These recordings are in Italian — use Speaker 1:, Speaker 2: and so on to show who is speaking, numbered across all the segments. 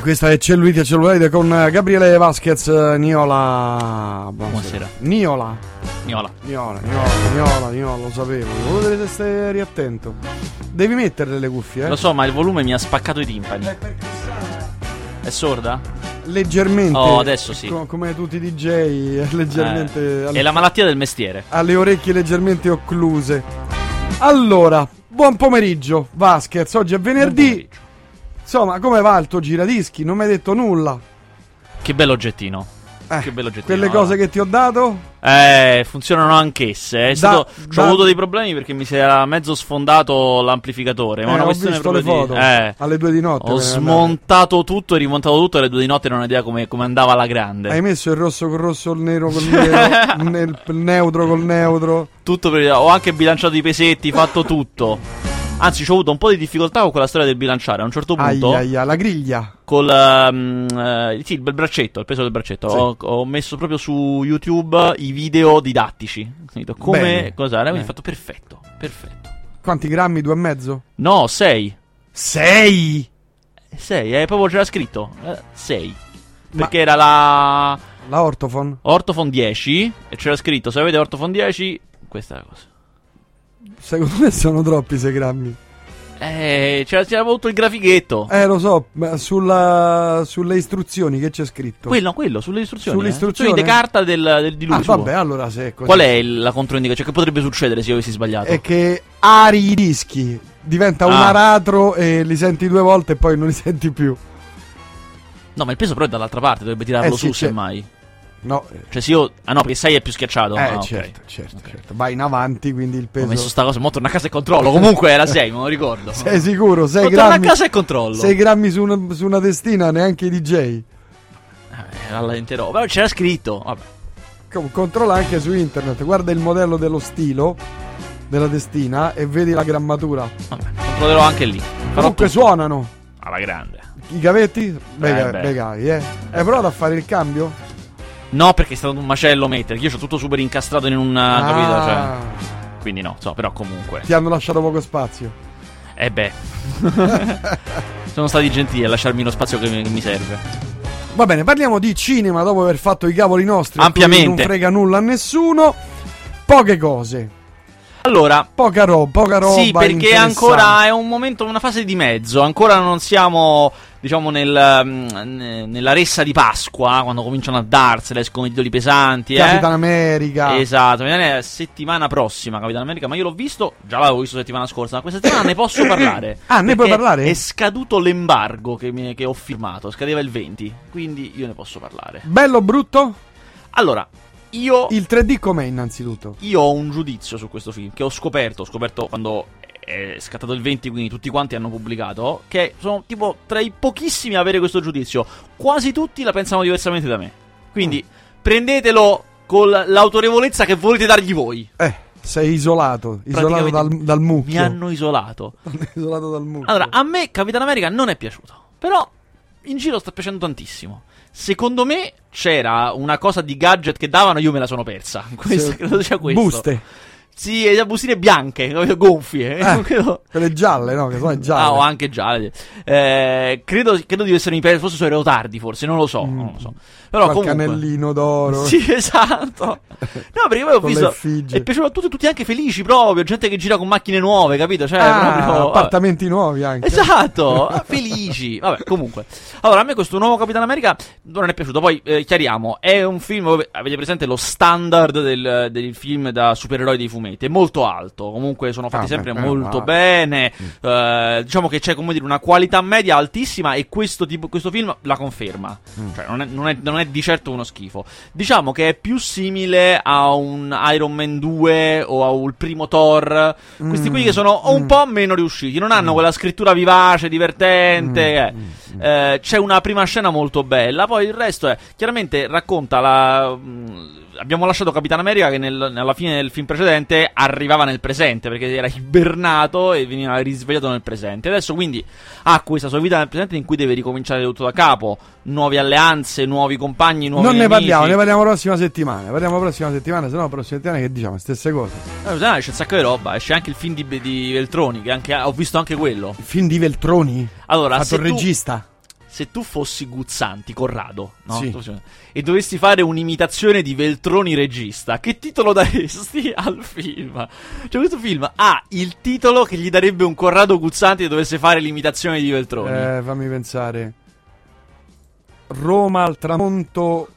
Speaker 1: questa è Celluite Celluloide con eh, Gabriele Vasquez eh, Niola.
Speaker 2: Buonasera.
Speaker 1: Niola.
Speaker 2: Niola.
Speaker 1: Niola, Niola, Niola, Niola, lo sapevo. Voi dovete stare attento. Devi metterle le cuffie, eh?
Speaker 2: Lo so, ma il volume mi ha spaccato i timpani.
Speaker 1: Eh, perché sa-
Speaker 2: È sorda?
Speaker 1: Leggermente.
Speaker 2: Oh, adesso sì.
Speaker 1: co- come tutti i DJ, è leggermente.
Speaker 2: Eh,
Speaker 1: alle-
Speaker 2: È la malattia del mestiere.
Speaker 1: ha le orecchie leggermente occluse. Allora, buon pomeriggio, Vasquez. Oggi è venerdì. Insomma, come va il tuo giradischi? Non mi hai detto nulla.
Speaker 2: Che bello oggettino.
Speaker 1: Eh,
Speaker 2: Che bello oggettino.
Speaker 1: Quelle cose che ti ho dato?
Speaker 2: Eh, funzionano anch'esse. È stato-
Speaker 1: da-
Speaker 2: Ho avuto dei problemi perché mi si era mezzo sfondato l'amplificatore. Ma è
Speaker 1: Eh,
Speaker 2: una
Speaker 1: ho
Speaker 2: questione
Speaker 1: visto le
Speaker 2: proprio di-
Speaker 1: foto.
Speaker 2: Eh.
Speaker 1: Alle due di notte.
Speaker 2: Ho
Speaker 1: me ne andavo.
Speaker 2: smontato tutto e rimontato tutto alle due di notte non ho idea come, come andava alla grande.
Speaker 1: Hai messo il rosso col rosso, il nero col nero, nel- il neutro col neutro.
Speaker 2: Tutto per... Ho anche bilanciato i pesetti, fatto tutto. Anzi, ho avuto un po' di difficoltà con quella storia del bilanciare. A un certo punto,
Speaker 1: Aia, aia, la griglia.
Speaker 2: col ehm, eh, sì, il bel braccetto, il peso del braccetto,
Speaker 1: Sì.
Speaker 2: ho, ho messo proprio su YouTube i video didattici. Capito? Come
Speaker 1: Bene. Eh.
Speaker 2: cos'era? Quindi
Speaker 1: Bene.
Speaker 2: ho fatto perfetto, perfetto.
Speaker 1: Quanti grammi? Due e mezzo?
Speaker 2: No, 6.
Speaker 1: Sei!
Speaker 2: 6, eh, proprio c'era scritto 6. Perché era la
Speaker 1: La ortofon?
Speaker 2: Ortofon 10 e c'era scritto se avete Ortofon 10, questa è la cosa.
Speaker 1: Secondo me sono troppi sei grammi.
Speaker 2: Eh, c'era, c'era avuto il grafichetto.
Speaker 1: Eh, lo so, ma sulla, sulle istruzioni che c'è scritto.
Speaker 2: Quello, quello, sulle istruzioni.
Speaker 1: Sulle
Speaker 2: eh.
Speaker 1: istruzioni?
Speaker 2: di carta del, del
Speaker 1: ah,
Speaker 2: diluvio.
Speaker 1: vabbè, allora se è così.
Speaker 2: Qual è il- la controindicazione? Cioè, che potrebbe succedere se io avessi sbagliato?
Speaker 1: È che ari i dischi, diventa un
Speaker 2: Ah.
Speaker 1: aratro e li senti due volte e poi non li senti più.
Speaker 2: No, ma il peso però è dall'altra parte, dovrebbe tirarlo
Speaker 1: Eh sì,
Speaker 2: su
Speaker 1: c'è-
Speaker 2: semmai.
Speaker 1: No, eh,
Speaker 2: Cioè, se io. Ah no, perché 6 è più schiacciato.
Speaker 1: eh,
Speaker 2: ah, ok.
Speaker 1: certo, certo, certo. Vai in avanti, quindi il
Speaker 2: Ho
Speaker 1: peso.
Speaker 2: messo sta cosa, mo torno a casa e controllo. Comunque era 6, me lo ricordo.
Speaker 1: Sei sicuro? 6
Speaker 2: Mo torno a
Speaker 1: grammi,
Speaker 2: casa e controllo.
Speaker 1: sei grammi su, una, su una testina, neanche i DJ.
Speaker 2: Eh, rallenterò. Però c'era scritto. Vabbè.
Speaker 1: Com- Controlla anche su internet, guarda il modello dello stilo della testina e vedi la grammatura.
Speaker 2: vabbè. Controllerò anche lì. Farò
Speaker 1: Comunque
Speaker 2: tutto.
Speaker 1: suonano.
Speaker 2: Alla grande.
Speaker 1: I gavetti? Bei,
Speaker 2: Eh,
Speaker 1: ga-
Speaker 2: beh.
Speaker 1: bei cavi, eh. Hai provato a fare il cambio?
Speaker 2: No, perché è stato un macello mettere. Io ho tutto super incastrato in un. eh, Capito? Cioè.
Speaker 1: Ah,
Speaker 2: Quindi no, so, però comunque.
Speaker 1: Ti hanno lasciato poco spazio.
Speaker 2: Eh beh. Sono stati gentili a lasciarmi lo spazio che mi- che mi serve.
Speaker 1: Va bene, parliamo di cinema dopo aver fatto i cavoli nostri. a cui
Speaker 2: Ampiamente.
Speaker 1: Non frega nulla a nessuno. Poche cose.
Speaker 2: Allora,
Speaker 1: Poca, ro- poca roba.
Speaker 2: Sì, perché
Speaker 1: interessante.
Speaker 2: ancora è un momento, una fase di mezzo, ancora non siamo, diciamo, nel, mm, ne- nella ressa di Pasqua, eh, quando cominciano a darsela, escono i titoli pesanti, eh.
Speaker 1: Capitan America.
Speaker 2: Esatto, mi viene la settimana prossima Capitan America, ma io l'ho visto, già l'avevo visto settimana scorsa, ma questa settimana ne posso parlare.
Speaker 1: Ah, ne puoi
Speaker 2: perché
Speaker 1: parlare?
Speaker 2: È scaduto l'embargo che, mi- che ho firmato, scadeva il 20, quindi io ne posso parlare.
Speaker 1: Bello o brutto?
Speaker 2: Allora, io
Speaker 1: Il 3D com'è innanzitutto?
Speaker 2: io ho un giudizio su questo film che ho scoperto, ho scoperto quando è scattato il 20, quindi tutti quanti hanno pubblicato, che sono tipo tra i pochissimi a avere questo giudizio. Quasi tutti la pensano diversamente da me. Quindi prendetelo con l'autorevolezza che volete dargli voi.
Speaker 1: Eh, sei isolato. Isolato dal,
Speaker 2: Praticamente
Speaker 1: dal mucchio.
Speaker 2: Mi hanno isolato.
Speaker 1: Isolato dal mucchio.
Speaker 2: Allora, ah, a me Capitan America non è piaciuto, però in giro sta piacendo tantissimo. Secondo me c'era una cosa di gadget che davano, io me la sono persa. Questo,
Speaker 1: Se-
Speaker 2: credo sia questo.
Speaker 1: Buste.
Speaker 2: Sì, e le bustine bianche, capito? gonfie.
Speaker 1: Eh.
Speaker 2: credo...
Speaker 1: Quelle gialle, no? Che sono gialle.
Speaker 2: Ah, o anche gialle. Eh, credo, credo di essermi perso, forse sono i retardi, forse, non lo so,
Speaker 1: Mm.
Speaker 2: non lo so. Però
Speaker 1: Qualche
Speaker 2: comunque...
Speaker 1: anellino d'oro.
Speaker 2: Sì, esatto. No, perché poi ho
Speaker 1: Con le
Speaker 2: visto...
Speaker 1: effigie.
Speaker 2: È piaciuto a tutti, tutti anche felici proprio, gente che gira con macchine nuove, capito? Cioè,
Speaker 1: Ah,
Speaker 2: proprio... vabbè.
Speaker 1: appartamenti nuovi anche.
Speaker 2: Esatto, ah, felici. Vabbè, comunque. Allora, a me questo nuovo Capitan America non è piaciuto. Poi eh, chiariamo, è un film, ove- avete presente lo standard del, del film da supereroi dei fumetti, è molto alto. Comunque sono fatti
Speaker 1: Ah,
Speaker 2: sempre
Speaker 1: beh, Mm. beh,
Speaker 2: molto
Speaker 1: va.
Speaker 2: bene. Eh, diciamo che c'è, come dire, una qualità media altissima e questo tipo questo film la conferma.
Speaker 1: Mm.
Speaker 2: Cioè, non è, non è- non è di certo uno schifo. Diciamo che è più simile a un Iron Man 2 o a un primo Thor. Questi qui che sono un
Speaker 1: Mm.
Speaker 2: po' meno riusciti, non hanno quella scrittura vivace,
Speaker 1: Mm,
Speaker 2: divertente. eh. Eh, c'è una prima scena molto bella, poi il resto è chiaramente racconta la. mh, Abbiamo lasciato Capitan America che nel- alla fine del film precedente arrivava nel presente perché era ibernato e veniva risvegliato nel presente. Adesso quindi ha questa sua vita nel presente in cui deve ricominciare tutto da capo, nuove alleanze, nuovi compagni, nuovi
Speaker 1: Non ne
Speaker 2: nemici.
Speaker 1: parliamo, ne parliamo la prossima settimana. Ne Parliamo la prossima settimana, se no la prossima settimana che diciamo stesse cose.
Speaker 2: Eh, sai, c'è un sacco di roba, esce anche il film di, di Veltroni, che anche- ho visto anche quello.
Speaker 1: Il film di Veltroni?
Speaker 2: Allora,
Speaker 1: fatto
Speaker 2: se
Speaker 1: il
Speaker 2: tu-
Speaker 1: regista.
Speaker 2: se tu fossi Guzzanti, Corrado, no?
Speaker 1: Sì.
Speaker 2: Tu- e dovessi fare un'imitazione di Veltroni regista, che titolo daresti al film? Cioè, questo film ha il titolo che gli darebbe un Corrado Guzzanti se dovesse fare l'imitazione di Veltroni.
Speaker 1: Eh, fammi pensare. Roma al tramonto.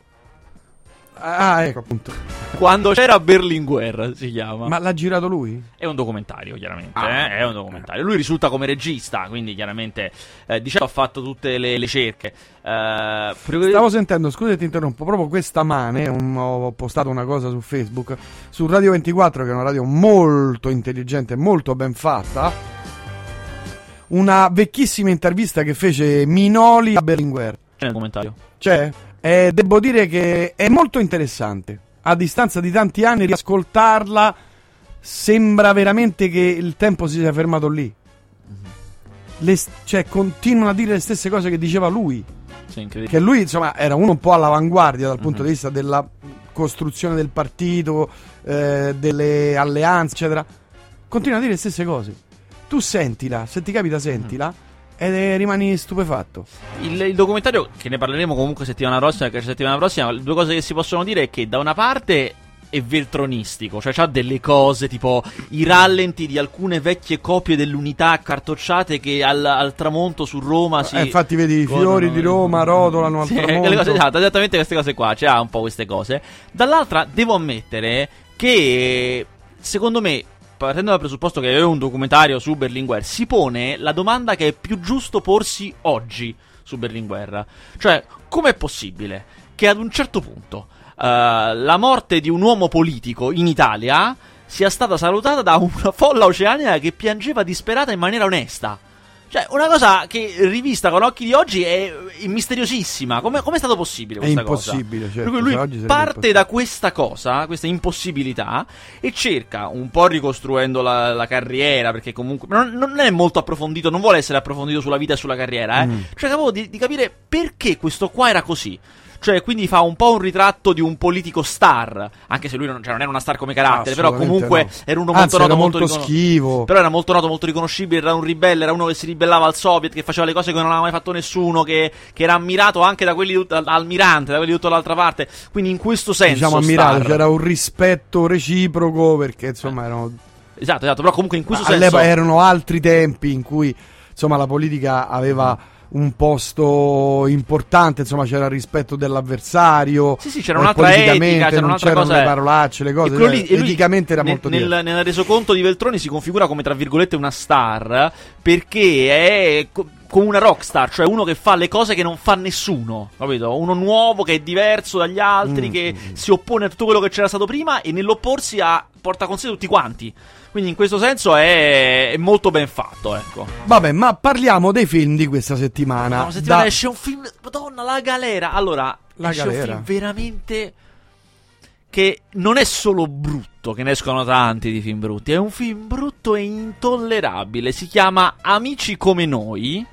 Speaker 1: Ah, ecco appunto.
Speaker 2: Quando c'era Berlinguer, si chiama.
Speaker 1: Ma l'ha girato lui?
Speaker 2: È un documentario, chiaramente.
Speaker 1: Ah.
Speaker 2: eh, È un documentario. Lui risulta come regista, quindi chiaramente eh, di certo ha fatto tutte le, le cerche. Eh, pre-
Speaker 1: Stavo sentendo, scusa se ti interrompo, proprio questa mane un- ho postato una cosa su Facebook su Radio 24, che è una radio molto intelligente, molto ben fatta. Una vecchissima intervista che fece Minoli a Berlinguer.
Speaker 2: C'è nel documentario.
Speaker 1: Cioè, eh, devo dire che è molto interessante. A distanza di tanti anni, riascoltarla sembra veramente che il tempo si sia fermato lì. Le s- cioè, continuano a dire le stesse cose che diceva lui.
Speaker 2: Sì, incredibile.
Speaker 1: Che lui, insomma, era uno un po' all'avanguardia dal punto
Speaker 2: Mhm.
Speaker 1: di vista della costruzione del partito, eh, delle alleanze, eccetera. Continua a dire le stesse cose. Tu sentila, se ti capita, sentila.
Speaker 2: Mm.
Speaker 1: E rimani stupefatto.
Speaker 2: Il, il documentario, che ne parleremo comunque settimana prossima, che c'è settimana prossima, due cose che si possono dire è che da una parte è veltronistico, cioè c'ha delle cose tipo i rallenti di alcune vecchie copie dell'unità cartocciate che al, al tramonto su Roma si...
Speaker 1: Eh, infatti vedi i
Speaker 2: Godono-
Speaker 1: fiori di Roma rotolano al
Speaker 2: Sì,
Speaker 1: tramonto.
Speaker 2: quelle cose, esatto, esattamente queste cose qua, cioè ha un po' queste cose. Dall'altra devo ammettere che secondo me partendo dal presupposto che è un documentario su Berlinguer si pone la domanda che è più giusto porsi oggi su Berlinguer. Cioè, com'è possibile che ad un certo punto eh, la morte di un uomo politico in Italia sia stata salutata da una folla oceanica che piangeva disperata in maniera onesta? Cioè, una cosa che rivista con occhi di oggi è è misteriosissima. Come è stato possibile
Speaker 1: È
Speaker 2: questa cosa?
Speaker 1: impossibile, certo,
Speaker 2: Per cui
Speaker 1: cioè, oggi
Speaker 2: lui
Speaker 1: sarebbe
Speaker 2: parte
Speaker 1: impossibile.
Speaker 2: da questa cosa, questa impossibilità, e cerca, un po' ricostruendo la, la carriera, perché comunque non, non è molto approfondito, non vuole essere approfondito sulla vita e sulla carriera, eh.
Speaker 1: Mm.
Speaker 2: cerca proprio di, di capire perché questo qua era così. Cioè, quindi fa un po' un ritratto di un politico star, anche se lui non, cioè, non era una star come carattere, però
Speaker 1: Assolutamente
Speaker 2: comunque
Speaker 1: no.
Speaker 2: era uno
Speaker 1: Anzi,
Speaker 2: molto
Speaker 1: era
Speaker 2: noto, molto,
Speaker 1: molto
Speaker 2: riconos-
Speaker 1: schivo.
Speaker 2: però era molto noto, molto riconoscibile, era un ribelle, era uno che si ribellava al Soviet, che faceva le cose che non aveva mai fatto nessuno, che, che era ammirato anche da quelli, di tut- dal mirante, da quelli di tutta l'altra parte. Quindi in questo senso...
Speaker 1: diciamo ammirato,
Speaker 2: star.
Speaker 1: c'era un rispetto reciproco perché insomma erano,
Speaker 2: Esatto, esatto, però comunque in questo senso...
Speaker 1: all'epoca erano altri tempi in cui insomma la politica aveva un posto importante, insomma c'era il rispetto dell'avversario.
Speaker 2: Sì, sì, c'era
Speaker 1: eh,
Speaker 2: un'altra
Speaker 1: politicamente
Speaker 2: etica, c'era
Speaker 1: non
Speaker 2: un'altra
Speaker 1: c'erano
Speaker 2: cosa. eh.
Speaker 1: le parolacce, le cose,
Speaker 2: E quello lì-
Speaker 1: cioè,
Speaker 2: e lui
Speaker 1: eticamente era
Speaker 2: nel-
Speaker 1: molto
Speaker 2: nel,
Speaker 1: diverso.
Speaker 2: nel resoconto di Veltroni si configura come, tra virgolette, una star perché è co- come una rockstar, cioè uno che fa le cose che non fa nessuno, capito? Uno nuovo che è diverso dagli altri,
Speaker 1: Mm.
Speaker 2: che si oppone a tutto quello che c'era stato prima e nell'opporsi a, porta con sé tutti quanti. Quindi in questo senso è, è molto ben fatto, ecco.
Speaker 1: Vabbè, ma parliamo dei film di questa settimana.
Speaker 2: Ma una settimana
Speaker 1: Da-
Speaker 2: esce un film. Madonna, la galera. Allora,
Speaker 1: La
Speaker 2: esce
Speaker 1: galera.
Speaker 2: un film veramente. Che non è solo brutto, che ne escono tanti di film brutti. È un film brutto e intollerabile. Si chiama Amici come noi.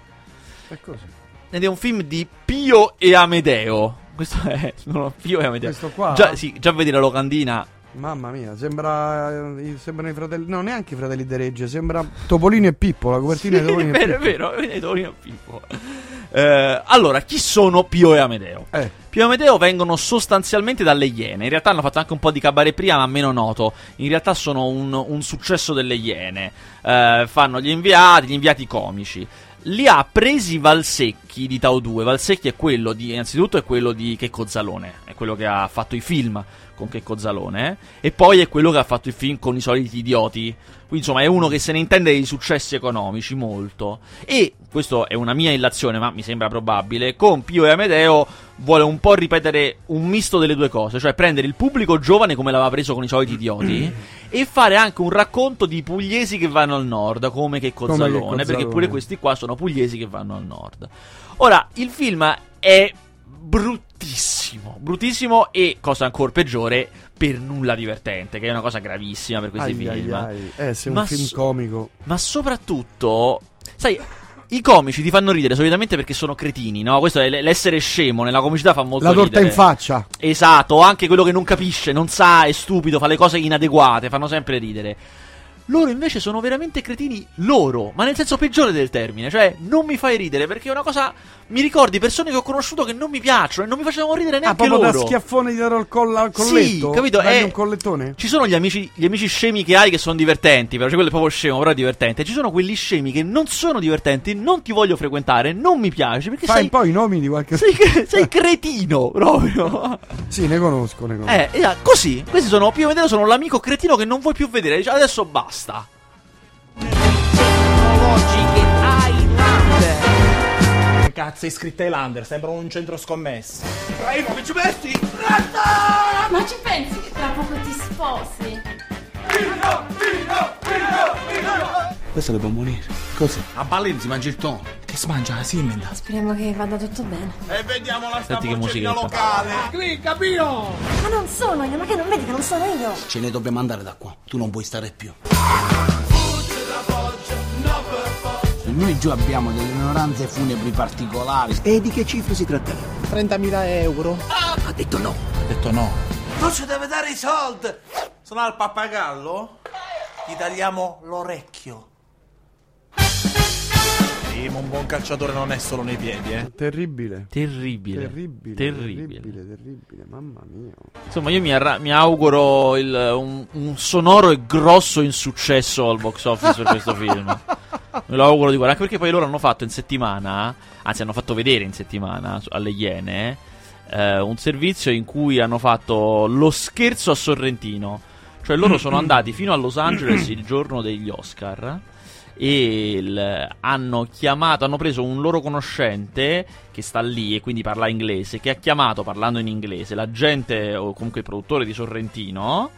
Speaker 2: Ed è un film di Pio e Amedeo. Questo è. no, Pio e Amedeo.
Speaker 1: Questo qua?
Speaker 2: Già, sì, già vedi la locandina.
Speaker 1: Mamma mia, sembra. eh, Sembrano i fratelli. No, neanche i fratelli De Regge, sembra Topolino e Pippo. La copertina
Speaker 2: Sì,
Speaker 1: di Topolino
Speaker 2: è
Speaker 1: e
Speaker 2: vero, è vero. È vero. Eh, allora, chi sono Pio e Amedeo?
Speaker 1: Pippo. Eh,
Speaker 2: Pio e Amedeo vengono sostanzialmente dalle Iene. In realtà hanno fatto anche un po' di cabaret prima, ma meno noto. In realtà sono un, un successo delle Iene. Eh, fanno gli inviati, gli inviati comici. Li ha presi Valsecchi di Tau 2. Valsecchi è quello di, innanzitutto, è quello di Checco Zalone. È quello che ha fatto i film con Checco Zalone. eh? E poi è quello che ha fatto i film con i soliti idioti. Quindi, insomma, è uno che se ne intende dei successi economici molto. E, questo è una mia illazione, ma mi sembra probabile, con Pio e Amedeo vuole un po' ripetere un misto delle due cose, cioè prendere il pubblico giovane come l'aveva preso con i soliti idioti e fare anche un racconto di pugliesi che vanno al nord, come che
Speaker 1: Come Checco
Speaker 2: Cozzalone, perché
Speaker 1: Zalone.
Speaker 2: pure questi qua sono pugliesi che vanno al nord. Ora, il film è bruttissimo, bruttissimo e, cosa ancora peggiore, per nulla divertente, che è una cosa gravissima per questi
Speaker 1: ai, ai,
Speaker 2: film.
Speaker 1: ai. Eh, se è
Speaker 2: Ma
Speaker 1: un film
Speaker 2: so-
Speaker 1: comico.
Speaker 2: Ma soprattutto, sai, i comici ti fanno ridere solitamente perché sono cretini, no? Questo è l- l'essere scemo, nella comicità fa molto
Speaker 1: La torta
Speaker 2: ridere.
Speaker 1: in faccia.
Speaker 2: Esatto, anche quello che non capisce, non sa, è stupido, fa le cose inadeguate, fanno sempre ridere. Loro invece sono veramente cretini loro, ma nel senso peggiore del termine, cioè non mi fai ridere perché è una cosa mi ricordi persone che ho conosciuto che non mi piacciono e non mi facevano ridere
Speaker 1: Ah,
Speaker 2: neanche
Speaker 1: proprio
Speaker 2: loro.
Speaker 1: da schiaffone dietro al, colla- al colletto?
Speaker 2: Sì, capito?
Speaker 1: Dagli
Speaker 2: eh,
Speaker 1: un collettone?
Speaker 2: Ci sono gli amici, gli amici scemi che hai che sono divertenti, però cioè quello è proprio scemo, però è divertente. Ci sono quelli scemi che non sono divertenti, non ti voglio frequentare, non mi piaci perché
Speaker 1: Fai
Speaker 2: sei,
Speaker 1: un po' i nomi di qualche...
Speaker 2: sei, cre- sei cretino proprio.
Speaker 1: Sì, ne conosco, ne conosco.
Speaker 2: Eh, e, ah, così. Questi sono più o meno sono l'amico cretino che non vuoi più vedere. Dice, adesso basta.
Speaker 3: Che cazzo è iscritta Highlander? Sembra un centro scommesse.
Speaker 4: Ma ci pensi che tra poco ti sposi?
Speaker 5: Questo dobbiamo morire. Cos'è? A Balen si mangia il tono. Che si mangia la simenda?
Speaker 4: Speriamo che vada tutto bene.
Speaker 2: Senti che musica.
Speaker 4: Ma non sono io, ma che non vedi che non sono io?
Speaker 5: Ce ne dobbiamo andare da qua. Tu non puoi stare più. Noi giù abbiamo delle onoranze funebri particolari. E di che cifre si tratta?
Speaker 3: 30.000 euro?
Speaker 5: Ha detto no.
Speaker 3: Ha detto no.
Speaker 6: Posso deve dare i soldi? Sono al pappagallo? Gli tagliamo l'orecchio.
Speaker 3: Sì, ma un buon calciatore non è solo nei piedi, eh.
Speaker 1: Terribile.
Speaker 2: Terribile.
Speaker 1: Terribile,
Speaker 2: Terribile.
Speaker 1: terribile, terribile, mamma mia.
Speaker 2: Insomma, io mi, arra- mi auguro il- un, un sonoro e grosso insuccesso al box office per questo film. Me lo auguro di guardare. Anche perché poi loro hanno fatto in settimana, anzi, hanno fatto vedere in settimana su- alle Iene eh, un servizio in cui hanno fatto lo scherzo a Sorrentino. Cioè, loro sono andati fino a Los Angeles il giorno degli Oscar. E il- hanno chiamato, hanno preso un loro conoscente che sta lì e quindi parla inglese, che ha chiamato parlando in inglese l'agente o comunque il produttore di Sorrentino,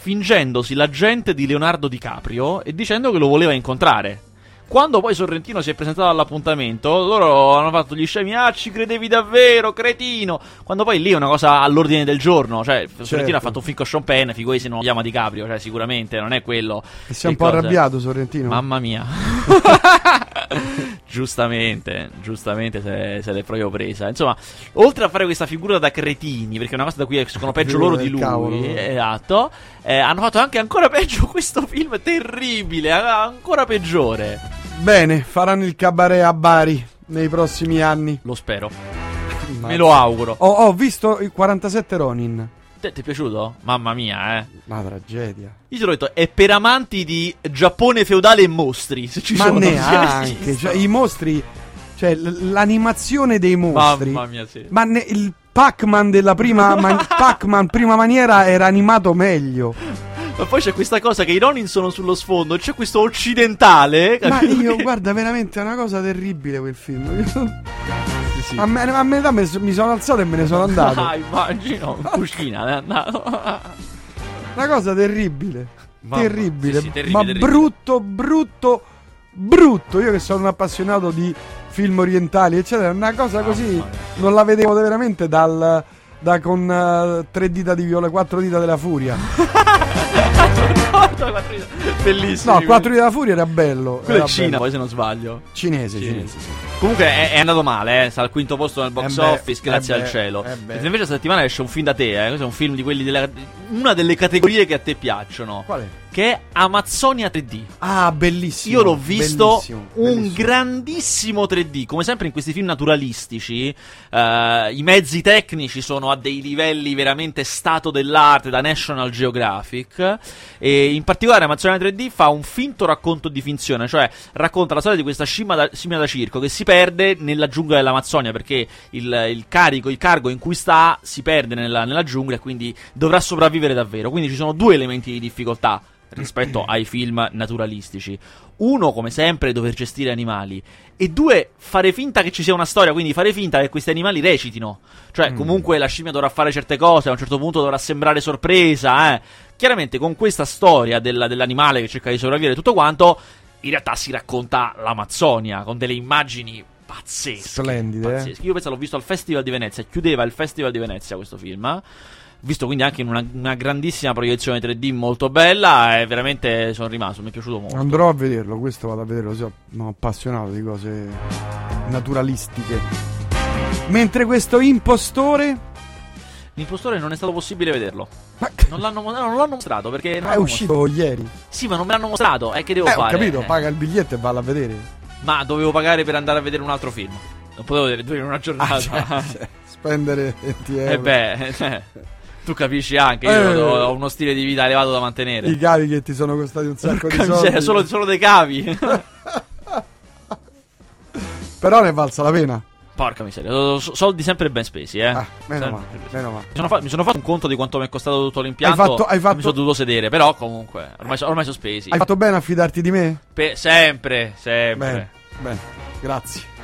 Speaker 2: fingendosi l'agente di Leonardo DiCaprio e dicendo che lo voleva incontrare. Quando poi Sorrentino si è presentato all'appuntamento, loro hanno fatto gli scemi, ah ci credevi davvero, cretino. Quando poi lì è una cosa all'ordine del giorno, cioè
Speaker 1: Certo.
Speaker 2: Sorrentino ha fatto un film con Sean Penn, figurati se non lo chiama DiCaprio, cioè sicuramente non è quello.
Speaker 1: E sei un
Speaker 2: che
Speaker 1: po'
Speaker 2: cosa-
Speaker 1: arrabbiato, Sorrentino?
Speaker 2: Mamma mia. giustamente, giustamente se, se l'è proprio presa. Insomma, oltre a fare questa figura da cretini, perché è una cosa da cui escono peggio
Speaker 1: Figura
Speaker 2: loro
Speaker 1: del
Speaker 2: di lui,
Speaker 1: cavolo.
Speaker 2: esatto, eh, hanno fatto anche ancora peggio questo film terribile, a- ancora peggiore.
Speaker 1: Bene, faranno il cabaret a Bari nei prossimi anni.
Speaker 2: Lo spero, me lo auguro.
Speaker 1: Ho, ho visto il 47 Ronin.
Speaker 2: Te- ti è piaciuto? Mamma mia, eh.
Speaker 1: Una tragedia.
Speaker 2: Io te l'ho detto, è per amanti di Giappone feudale e mostri, se ci
Speaker 1: Ma
Speaker 2: sono.
Speaker 1: neanche. cioè, I mostri. Cioè, l- l'animazione dei mostri.
Speaker 2: Mamma mia, sì.
Speaker 1: Ma ne- il Pac-Man della prima. man- Pac-Man prima maniera era animato meglio.
Speaker 2: Ma poi c'è questa cosa che i Ronin sono sullo sfondo, c'è questo occidentale.
Speaker 1: Ma
Speaker 2: capito?
Speaker 1: io,
Speaker 2: Che-
Speaker 1: guarda, veramente è una cosa terribile quel film. Io-
Speaker 2: sì, sì.
Speaker 1: A, me- a metà me- mi sono alzato e me ne sono
Speaker 2: Ah,
Speaker 1: andato.
Speaker 2: immagino, in cucina è andato.
Speaker 1: Una cosa terribile.
Speaker 2: Mamma-
Speaker 1: terribile,
Speaker 2: sì, sì, terribile,
Speaker 1: ma
Speaker 2: terribile.
Speaker 1: brutto, brutto, brutto. Io che sono un appassionato di film orientali, eccetera, una cosa
Speaker 2: Mamma
Speaker 1: così
Speaker 2: mia.
Speaker 1: non la vedevo veramente dal, da con eh, tre dita di viola, quattro dita della furia.
Speaker 2: Guarda, quattro dita- Bellissimo.
Speaker 1: No, quattro dita della furia era bello.
Speaker 2: Quello è
Speaker 1: era
Speaker 2: Cina,
Speaker 1: bello.
Speaker 2: poi se non sbaglio.
Speaker 1: Cinese,
Speaker 2: Cinese,
Speaker 1: cinese.
Speaker 2: Comunque è, è andato male, eh. sta al quinto posto nel box
Speaker 1: Eh beh,
Speaker 2: office, grazie
Speaker 1: eh
Speaker 2: al
Speaker 1: beh,
Speaker 2: cielo.
Speaker 1: eh beh.
Speaker 2: Mentre invece la settimana esce un film da te, eh. Questo è un film di quelli della. una delle categorie che a te piacciono.
Speaker 1: Qual è?
Speaker 2: Che è Amazzonia 3D.
Speaker 1: Ah, bellissimo.
Speaker 2: Io l'ho visto
Speaker 1: bellissimo,
Speaker 2: un
Speaker 1: bellissimo.
Speaker 2: grandissimo 3D. Come sempre in questi film naturalistici, eh, i mezzi tecnici sono a dei livelli veramente stato dell'arte da National Geographic. E in particolare Amazzonia 3D fa un finto racconto di finzione, cioè racconta la storia di questa scimmia da, scimmia da circo che si perde nella giungla dell'Amazzonia perché il, il carico, il cargo in cui sta si perde nella, nella giungla e quindi dovrà sopravvivere davvero. Quindi ci sono due elementi di difficoltà rispetto ai film naturalistici. Uno, come sempre, dover gestire animali. E due, fare finta che ci sia una storia, quindi fare finta che questi animali recitino.
Speaker 1: Mm.
Speaker 2: Cioè, comunque la scimmia dovrà fare certe cose, a un certo punto dovrà sembrare sorpresa, eh. Chiaramente con questa storia della- dell'animale che cerca di sopravvivere e tutto quanto, in realtà si racconta l'Amazzonia con delle immagini pazzesche.
Speaker 1: Splendide, eh.
Speaker 2: pazzesche. Io penso l'ho visto al Festival di Venezia, chiudeva il Festival di Venezia questo film. eh. Visto quindi anche in una, una grandissima proiezione 3D molto bella, e veramente sono rimasto, mi è piaciuto molto.
Speaker 1: Andrò a vederlo, questo vado a vederlo, sono sono appassionato di cose naturalistiche. Mentre questo impostore
Speaker 2: L'impostore non è stato possibile vederlo.
Speaker 1: Ma
Speaker 2: Non l'hanno, no, non l'hanno mostrato perché. non
Speaker 1: è
Speaker 2: l'hanno
Speaker 1: uscito ieri.
Speaker 2: mostrato. Sì, ma non me l'hanno mostrato. È che devo
Speaker 1: Eh, ho
Speaker 2: fare.
Speaker 1: capito,
Speaker 2: Eh,
Speaker 1: paga il biglietto e valla a vedere.
Speaker 2: Ma dovevo pagare per andare a vedere un altro film. Non potevo vedere due in una giornata.
Speaker 1: Ah, cioè, cioè, spendere 20 euro.
Speaker 2: E beh, eh, tu capisci anche. Io
Speaker 1: Eh.
Speaker 2: do- ho uno stile di vita elevato da mantenere.
Speaker 1: I cavi che ti sono costati un sacco di
Speaker 2: Porca miseria,
Speaker 1: soldi.
Speaker 2: Cioè, solo, solo dei cavi.
Speaker 1: Però ne è valsa la pena.
Speaker 2: Porca miseria, so- so- soldi sempre ben spesi, eh.
Speaker 1: Ah, meno
Speaker 2: Sempre
Speaker 1: male,
Speaker 2: ben spesi.
Speaker 1: meno male.
Speaker 2: Mi sono, fa- mi sono fatto un conto di quanto mi è costato tutto l'impianto.
Speaker 1: Hai fatto- hai
Speaker 2: e
Speaker 1: fatto-
Speaker 2: Mi sono dovuto sedere, però comunque, ormai, so- ormai sono spesi.
Speaker 1: Hai fatto bene a fidarti di me?
Speaker 2: Pe- sempre, sempre.
Speaker 1: Bene, bene, grazie.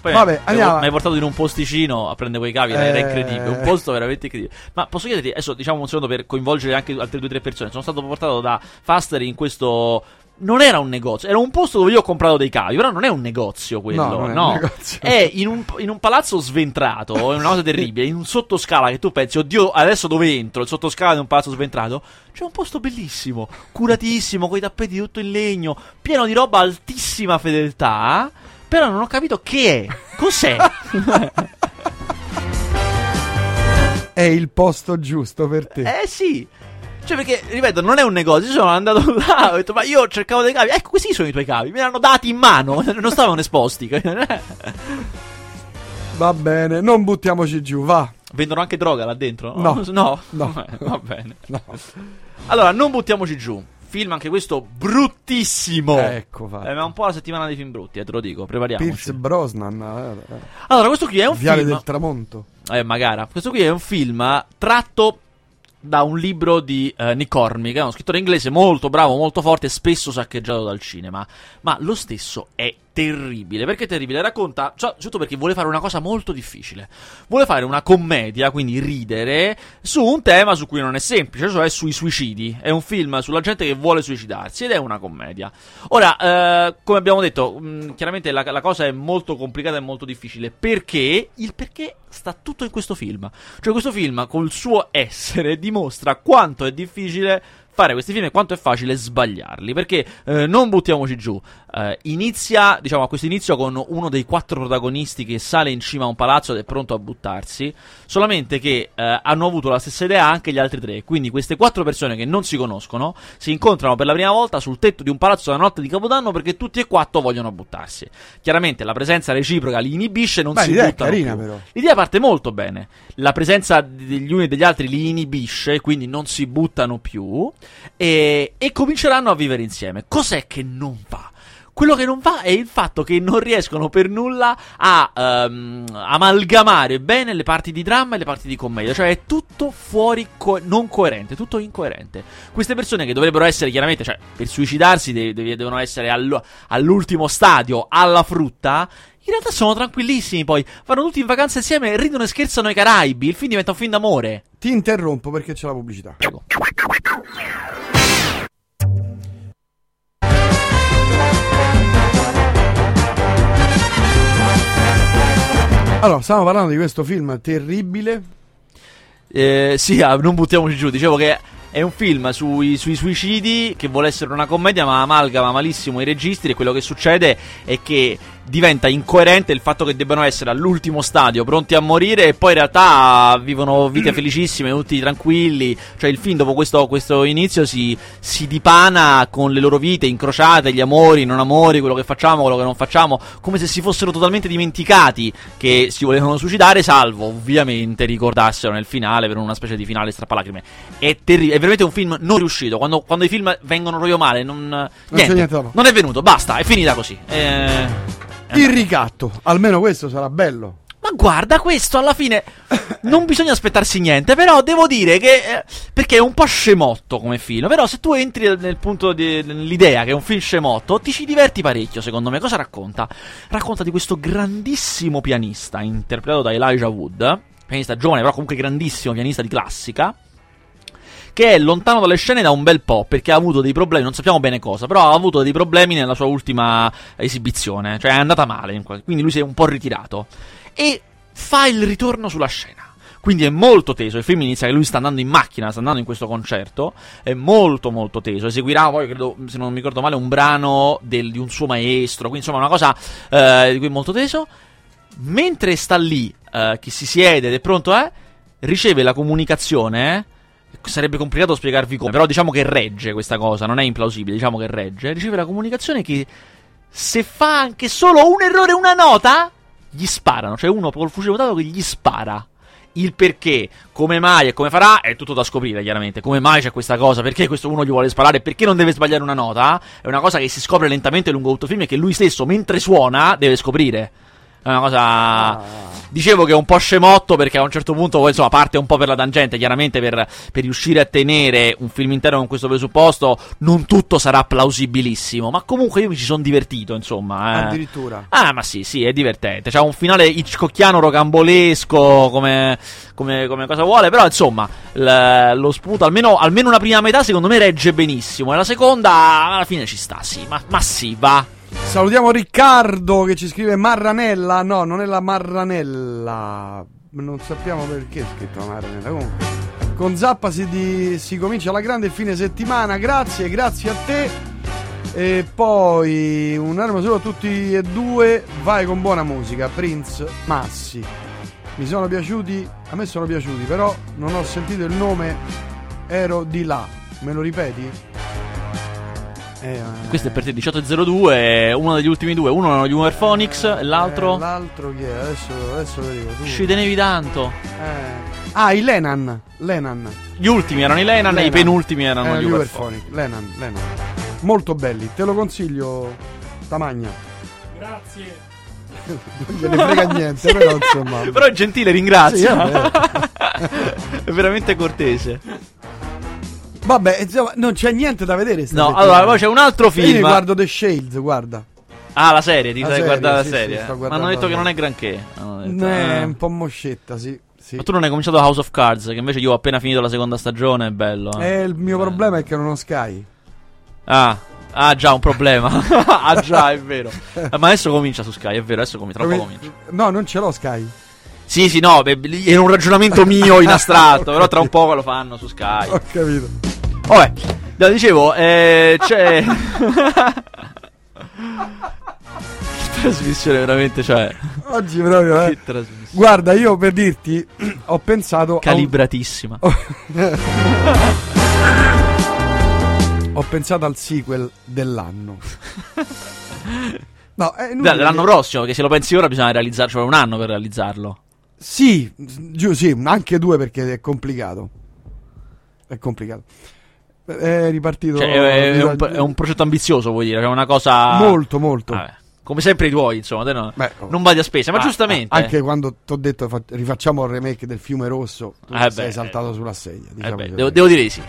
Speaker 2: Poi
Speaker 1: Vabbè,
Speaker 2: mi hai-
Speaker 1: andiamo.
Speaker 2: Mi hai portato in un posticino a prendere quei cavi, era
Speaker 1: Eh.
Speaker 2: incredibile. Un posto veramente incredibile. Ma posso chiederti, adesso diciamo un secondo per coinvolgere anche altre due o tre persone. Sono stato portato da Faster in questo. Non era un negozio, era un posto dove io ho comprato dei cavi. Però non è un negozio quello,
Speaker 1: No, non
Speaker 2: no.
Speaker 1: è un negozio.
Speaker 2: È in un, in un palazzo sventrato, è una cosa terribile. In un sottoscala che tu pensi, oddio, adesso dove entro? Il sottoscala di un palazzo sventrato. C'è un posto bellissimo, curatissimo, con i tappeti tutto in legno, pieno di roba altissima fedeltà. Però non ho capito che è. Cos'è?
Speaker 1: È il posto giusto per te.
Speaker 2: eh sì. Cioè, perché, ripeto, non è un negozio. Io sono andato là, ho detto, ma io cercavo dei cavi. Ecco, questi sono i tuoi cavi. Me li hanno dati in mano. Non stavano esposti.
Speaker 1: Va bene, non buttiamoci giù, va.
Speaker 2: Vendono anche droga là dentro?
Speaker 1: No.
Speaker 2: No.
Speaker 1: No.
Speaker 2: Va bene.
Speaker 1: No.
Speaker 2: Allora, non buttiamoci giù. Film anche questo bruttissimo.
Speaker 1: Ecco, va.
Speaker 2: Eh, ma è un po' la settimana dei film brutti, eh, te lo dico, prepariamoci.
Speaker 1: Pierce Brosnan, eh, eh.
Speaker 2: Allora, questo qui è un
Speaker 1: Viale
Speaker 2: film.
Speaker 1: del Tramonto.
Speaker 2: Eh, magari. Questo qui è un film tratto da un libro di eh, Nick Hornby, che è uno scrittore inglese molto bravo, molto forte, spesso saccheggiato dal cinema. Ma lo stesso è terribile. Perché è terribile? Racconta, cioè, soprattutto perché vuole fare una cosa molto difficile. Vuole fare una commedia, quindi ridere, su un tema su cui non è semplice, cioè sui suicidi. È un film sulla gente che vuole suicidarsi ed è una commedia. Ora, eh, come abbiamo detto, mh, chiaramente la, la cosa è molto complicata e molto difficile. Perché? Il perché sta tutto in questo film. Cioè, questo film, col suo essere, dimostra quanto è difficile fare questi film e quanto è facile sbagliarli. Perché eh, non buttiamoci giù. Eh, inizia, diciamo, a questo inizio con uno dei quattro protagonisti che sale in cima a un palazzo ed è pronto a buttarsi. Solamente che eh, hanno avuto la stessa idea anche gli altri tre. Quindi queste quattro persone che non si conoscono si incontrano per la prima volta sul tetto di un palazzo la notte di Capodanno perché tutti e quattro vogliono buttarsi. Chiaramente la presenza reciproca li inibisce, non
Speaker 1: Beh,
Speaker 2: si
Speaker 1: l'idea è
Speaker 2: buttano
Speaker 1: carina,
Speaker 2: più.
Speaker 1: però.
Speaker 2: L'idea parte molto bene. La presenza degli uni e degli altri li inibisce, quindi non si buttano più. E, e cominceranno a vivere insieme. Cos'è che non va? Quello che non va è il fatto che non riescono per nulla a ehm, amalgamare bene le parti di dramma e le parti di commedia. Cioè è tutto fuori, co- non coerente, tutto incoerente. Queste persone che dovrebbero essere chiaramente, cioè per suicidarsi de- de- devono essere allo- all'ultimo stadio, alla frutta, in realtà sono tranquillissimi poi. Vanno tutti in vacanza insieme, ridono e scherzano ai Caraibi. Il film diventa un film d'amore.
Speaker 1: Ti interrompo perché c'è la pubblicità. Allora, stavamo parlando di questo film terribile.
Speaker 2: Eh, sì, ah, non buttiamoci giù. Dicevo che è un film sui, sui suicidi che vuole essere una commedia, ma amalgama malissimo i registri. E quello che succede è che diventa incoerente il fatto che debbano essere all'ultimo stadio, pronti a morire, e poi in realtà vivono vite felicissime, tutti tranquilli. Cioè, il film dopo questo, questo inizio si, si dipana con le loro vite incrociate, gli amori, non amori, quello che facciamo, quello che non facciamo, come se si fossero totalmente dimenticati che si volevano suicidare, salvo ovviamente ricordassero nel finale per una specie di finale strappalacrime. È terribile, è veramente un film non riuscito. Quando, quando i film vengono proprio male, non, niente,
Speaker 1: niente dopo.
Speaker 2: non è venuto, basta, è finita così. Eh... Eh,
Speaker 1: Il ricatto. Almeno questo sarà bello.
Speaker 2: Ma guarda, questo alla fine non bisogna aspettarsi niente, però devo dire che... eh, perché è un po' scemotto come film, però se tu entri nel, nel punto di- nell'idea che è un film scemotto, ti ci diverti parecchio secondo me. Cosa racconta? Racconta di questo grandissimo pianista, interpretato da Elijah Wood, pianista giovane, però comunque grandissimo pianista di classica, che è lontano dalle scene da un bel po' perché ha avuto dei problemi, non sappiamo bene cosa, però ha avuto dei problemi nella sua ultima esibizione, cioè è andata male, in qual- quindi lui si è un po' ritirato e fa il ritorno sulla scena. Quindi è molto teso, il film inizia che lui sta andando in macchina, sta andando in questo concerto, è molto molto teso, eseguirà poi, credo, se non mi ricordo male, un brano del- di un suo maestro, quindi insomma una cosa eh, di cui è molto teso mentre sta lì, eh, che si siede ed è pronto, eh, riceve la comunicazione. eh, Sarebbe complicato spiegarvi come, però diciamo che regge questa cosa, non è implausibile, diciamo che regge. Riceve la comunicazione che se fa anche solo un errore, una nota, gli sparano. Cioè uno col fucile mutato che gli spara. Il perché, come mai e come farà è tutto da scoprire, chiaramente. Come mai c'è questa cosa? Perché questo uno gli vuole sparare? Perché non deve sbagliare una nota? È una cosa che si scopre lentamente lungo tutto il film e che lui stesso, mentre suona, deve scoprire. È una cosa. Dicevo che è un po' scemotto perché a un certo punto, poi, insomma, parte un po' per la tangente. Chiaramente, per, per riuscire a tenere un film intero con questo presupposto, non tutto sarà plausibilissimo. Ma comunque, io mi ci sono divertito, insomma. eh.
Speaker 1: Addirittura.
Speaker 2: Ah, ma sì, sì, è divertente. C'ha un finale hitchcockiano rocambolesco come, come- come cosa vuole. Però, insomma, l- lo sputo, almeno, almeno una prima metà, secondo me, regge benissimo. E la seconda, alla fine ci sta, sì. Ma, ma sì, va.
Speaker 1: Salutiamo Riccardo che ci scrive Marranella. No, non è la Marranella. Non sappiamo perché è scritto Marranella. Comunque. Con Zappa si, di- si comincia la grande fine settimana. Grazie, grazie a te. E poi un'arma solo a tutti e due. Vai con buona musica, Prince Massi. Mi sono piaciuti, a me sono piaciuti, però non ho sentito il nome. Ero di là. Me lo ripeti? Eh,
Speaker 2: Questo è per te 1802, uno degli ultimi due. Uno erano gli Umerphonics,
Speaker 1: eh,
Speaker 2: l'altro.
Speaker 1: l'altro chi è? Adesso, adesso lo dico. tu.
Speaker 2: Ci tenevi tanto.
Speaker 1: Eh. Ah, i Lenan. Lenan.
Speaker 2: Gli ultimi erano i Lenan, e i
Speaker 1: Lenan.
Speaker 2: penultimi erano
Speaker 1: Eh,
Speaker 2: gli
Speaker 1: gli
Speaker 2: Umerphonics.
Speaker 1: Uberphonic. Lenan, Lenan. Molto belli, te lo consiglio, Tamagna. Grazie. Non gliene frega niente, però insomma.
Speaker 2: Però è gentile, ringrazio.
Speaker 1: Sì, vabbè.
Speaker 2: è veramente cortese.
Speaker 1: Vabbè, insomma, non c'è niente da vedere. sta
Speaker 2: No,
Speaker 1: settimana.
Speaker 2: allora poi c'è un altro
Speaker 1: Io mi
Speaker 2: film.
Speaker 1: guardo The Shields, guarda.
Speaker 2: Ah, la serie, ti
Speaker 1: La
Speaker 2: stai
Speaker 1: serie,
Speaker 2: guardando
Speaker 1: sì,
Speaker 2: la serie.
Speaker 1: sì, sto
Speaker 2: Ma
Speaker 1: guardando
Speaker 2: hanno detto
Speaker 1: la
Speaker 2: che non è
Speaker 1: serie.
Speaker 2: granché. hanno detto.
Speaker 1: Eh,
Speaker 2: Eh.
Speaker 1: un po' moscetta, sì. sì.
Speaker 2: Ma tu non hai cominciato House of Cards, che invece io ho appena finito la seconda stagione, è bello. eh.
Speaker 1: Eh, il mio problema è che non ho Sky.
Speaker 2: Ah. ah, già, un problema. ah, già, è vero. Eh, Ma adesso comincia su Sky, è vero, adesso comincia. Tra poco comincia.
Speaker 1: No, non ce l'ho Sky.
Speaker 2: Sì, sì, no, beh, lì era un ragionamento mio in astratto, però tra un po' lo fanno su Sky.
Speaker 1: Ho capito.
Speaker 2: Vabbè, no, dicevo, eh, c'è... che trasmissione veramente, cioè...
Speaker 1: Oggi proprio, eh.
Speaker 2: Che trasmissione.
Speaker 1: Guarda, io per dirti, ho pensato. a un-
Speaker 2: Calibratissima.
Speaker 1: ho pensato al sequel dell'anno. No, eh, è inutile
Speaker 2: Dai, L'anno
Speaker 1: che-
Speaker 2: prossimo, perché se lo pensi ora bisogna realizzarlo, cioè un anno per realizzarlo.
Speaker 1: Sì, giù, sì, anche due perché è complicato. È complicato. È ripartito.
Speaker 2: Cioè, è, è un, è un progetto ambizioso, vuol dire, è una cosa...
Speaker 1: Molto, molto.
Speaker 2: Vabbè, Come sempre i tuoi, insomma, te no-
Speaker 1: Beh, oh.
Speaker 2: non vai a spesa, ma
Speaker 1: Ah,
Speaker 2: giustamente... eh.
Speaker 1: ah, Anche quando ti ho detto fa- rifacciamo il remake del fiume rosso, tu
Speaker 2: Eh
Speaker 1: sei
Speaker 2: beh,
Speaker 1: saltato sulla sedia.
Speaker 2: Eh
Speaker 1: Diciamo
Speaker 2: beh,
Speaker 1: che-
Speaker 2: devo, devo dire di sì.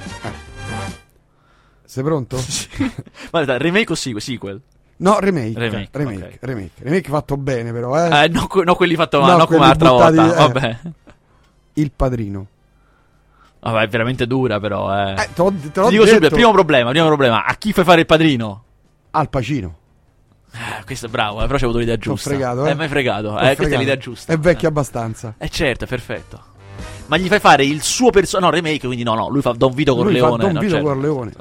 Speaker 1: Sei pronto?
Speaker 2: Guarda, remake o sequel? sequel?
Speaker 1: No, remake.
Speaker 2: Remake,
Speaker 1: Remake, remake,
Speaker 2: ok.
Speaker 1: remake. Remake fatto bene, però. Eh?
Speaker 2: Eh, no, que- no quelli fatto
Speaker 1: No,
Speaker 2: male, no, come
Speaker 1: quelli
Speaker 2: l'altra
Speaker 1: buttati-
Speaker 2: volta.
Speaker 1: eh.
Speaker 2: Vabbè.
Speaker 1: Il padrino.
Speaker 2: Vabbè, è veramente dura, però. Eh.
Speaker 1: Eh, te l'ho- te l'ho
Speaker 2: Ti dico
Speaker 1: detto.
Speaker 2: subito: primo problema, primo problema. A chi fai fare il padrino?
Speaker 1: Al Pacino.
Speaker 2: Eh, questo è bravo, eh, però c'è avuto l'idea
Speaker 1: T'ho
Speaker 2: giusta.
Speaker 1: fregato, eh.
Speaker 2: Eh, mi hai fregato. Eh,
Speaker 1: T'ho
Speaker 2: Questa è
Speaker 1: fregato.
Speaker 2: l'idea giusta.
Speaker 1: È vecchio abbastanza.
Speaker 2: Eh, certo, è perfetto. Ma gli fai fare il suo personaggio. No, remake, quindi no, no. Lui fa Don Vito
Speaker 1: Lui
Speaker 2: Corleone.
Speaker 1: fa Don
Speaker 2: no,
Speaker 1: Vito
Speaker 2: certo.
Speaker 1: Corleone.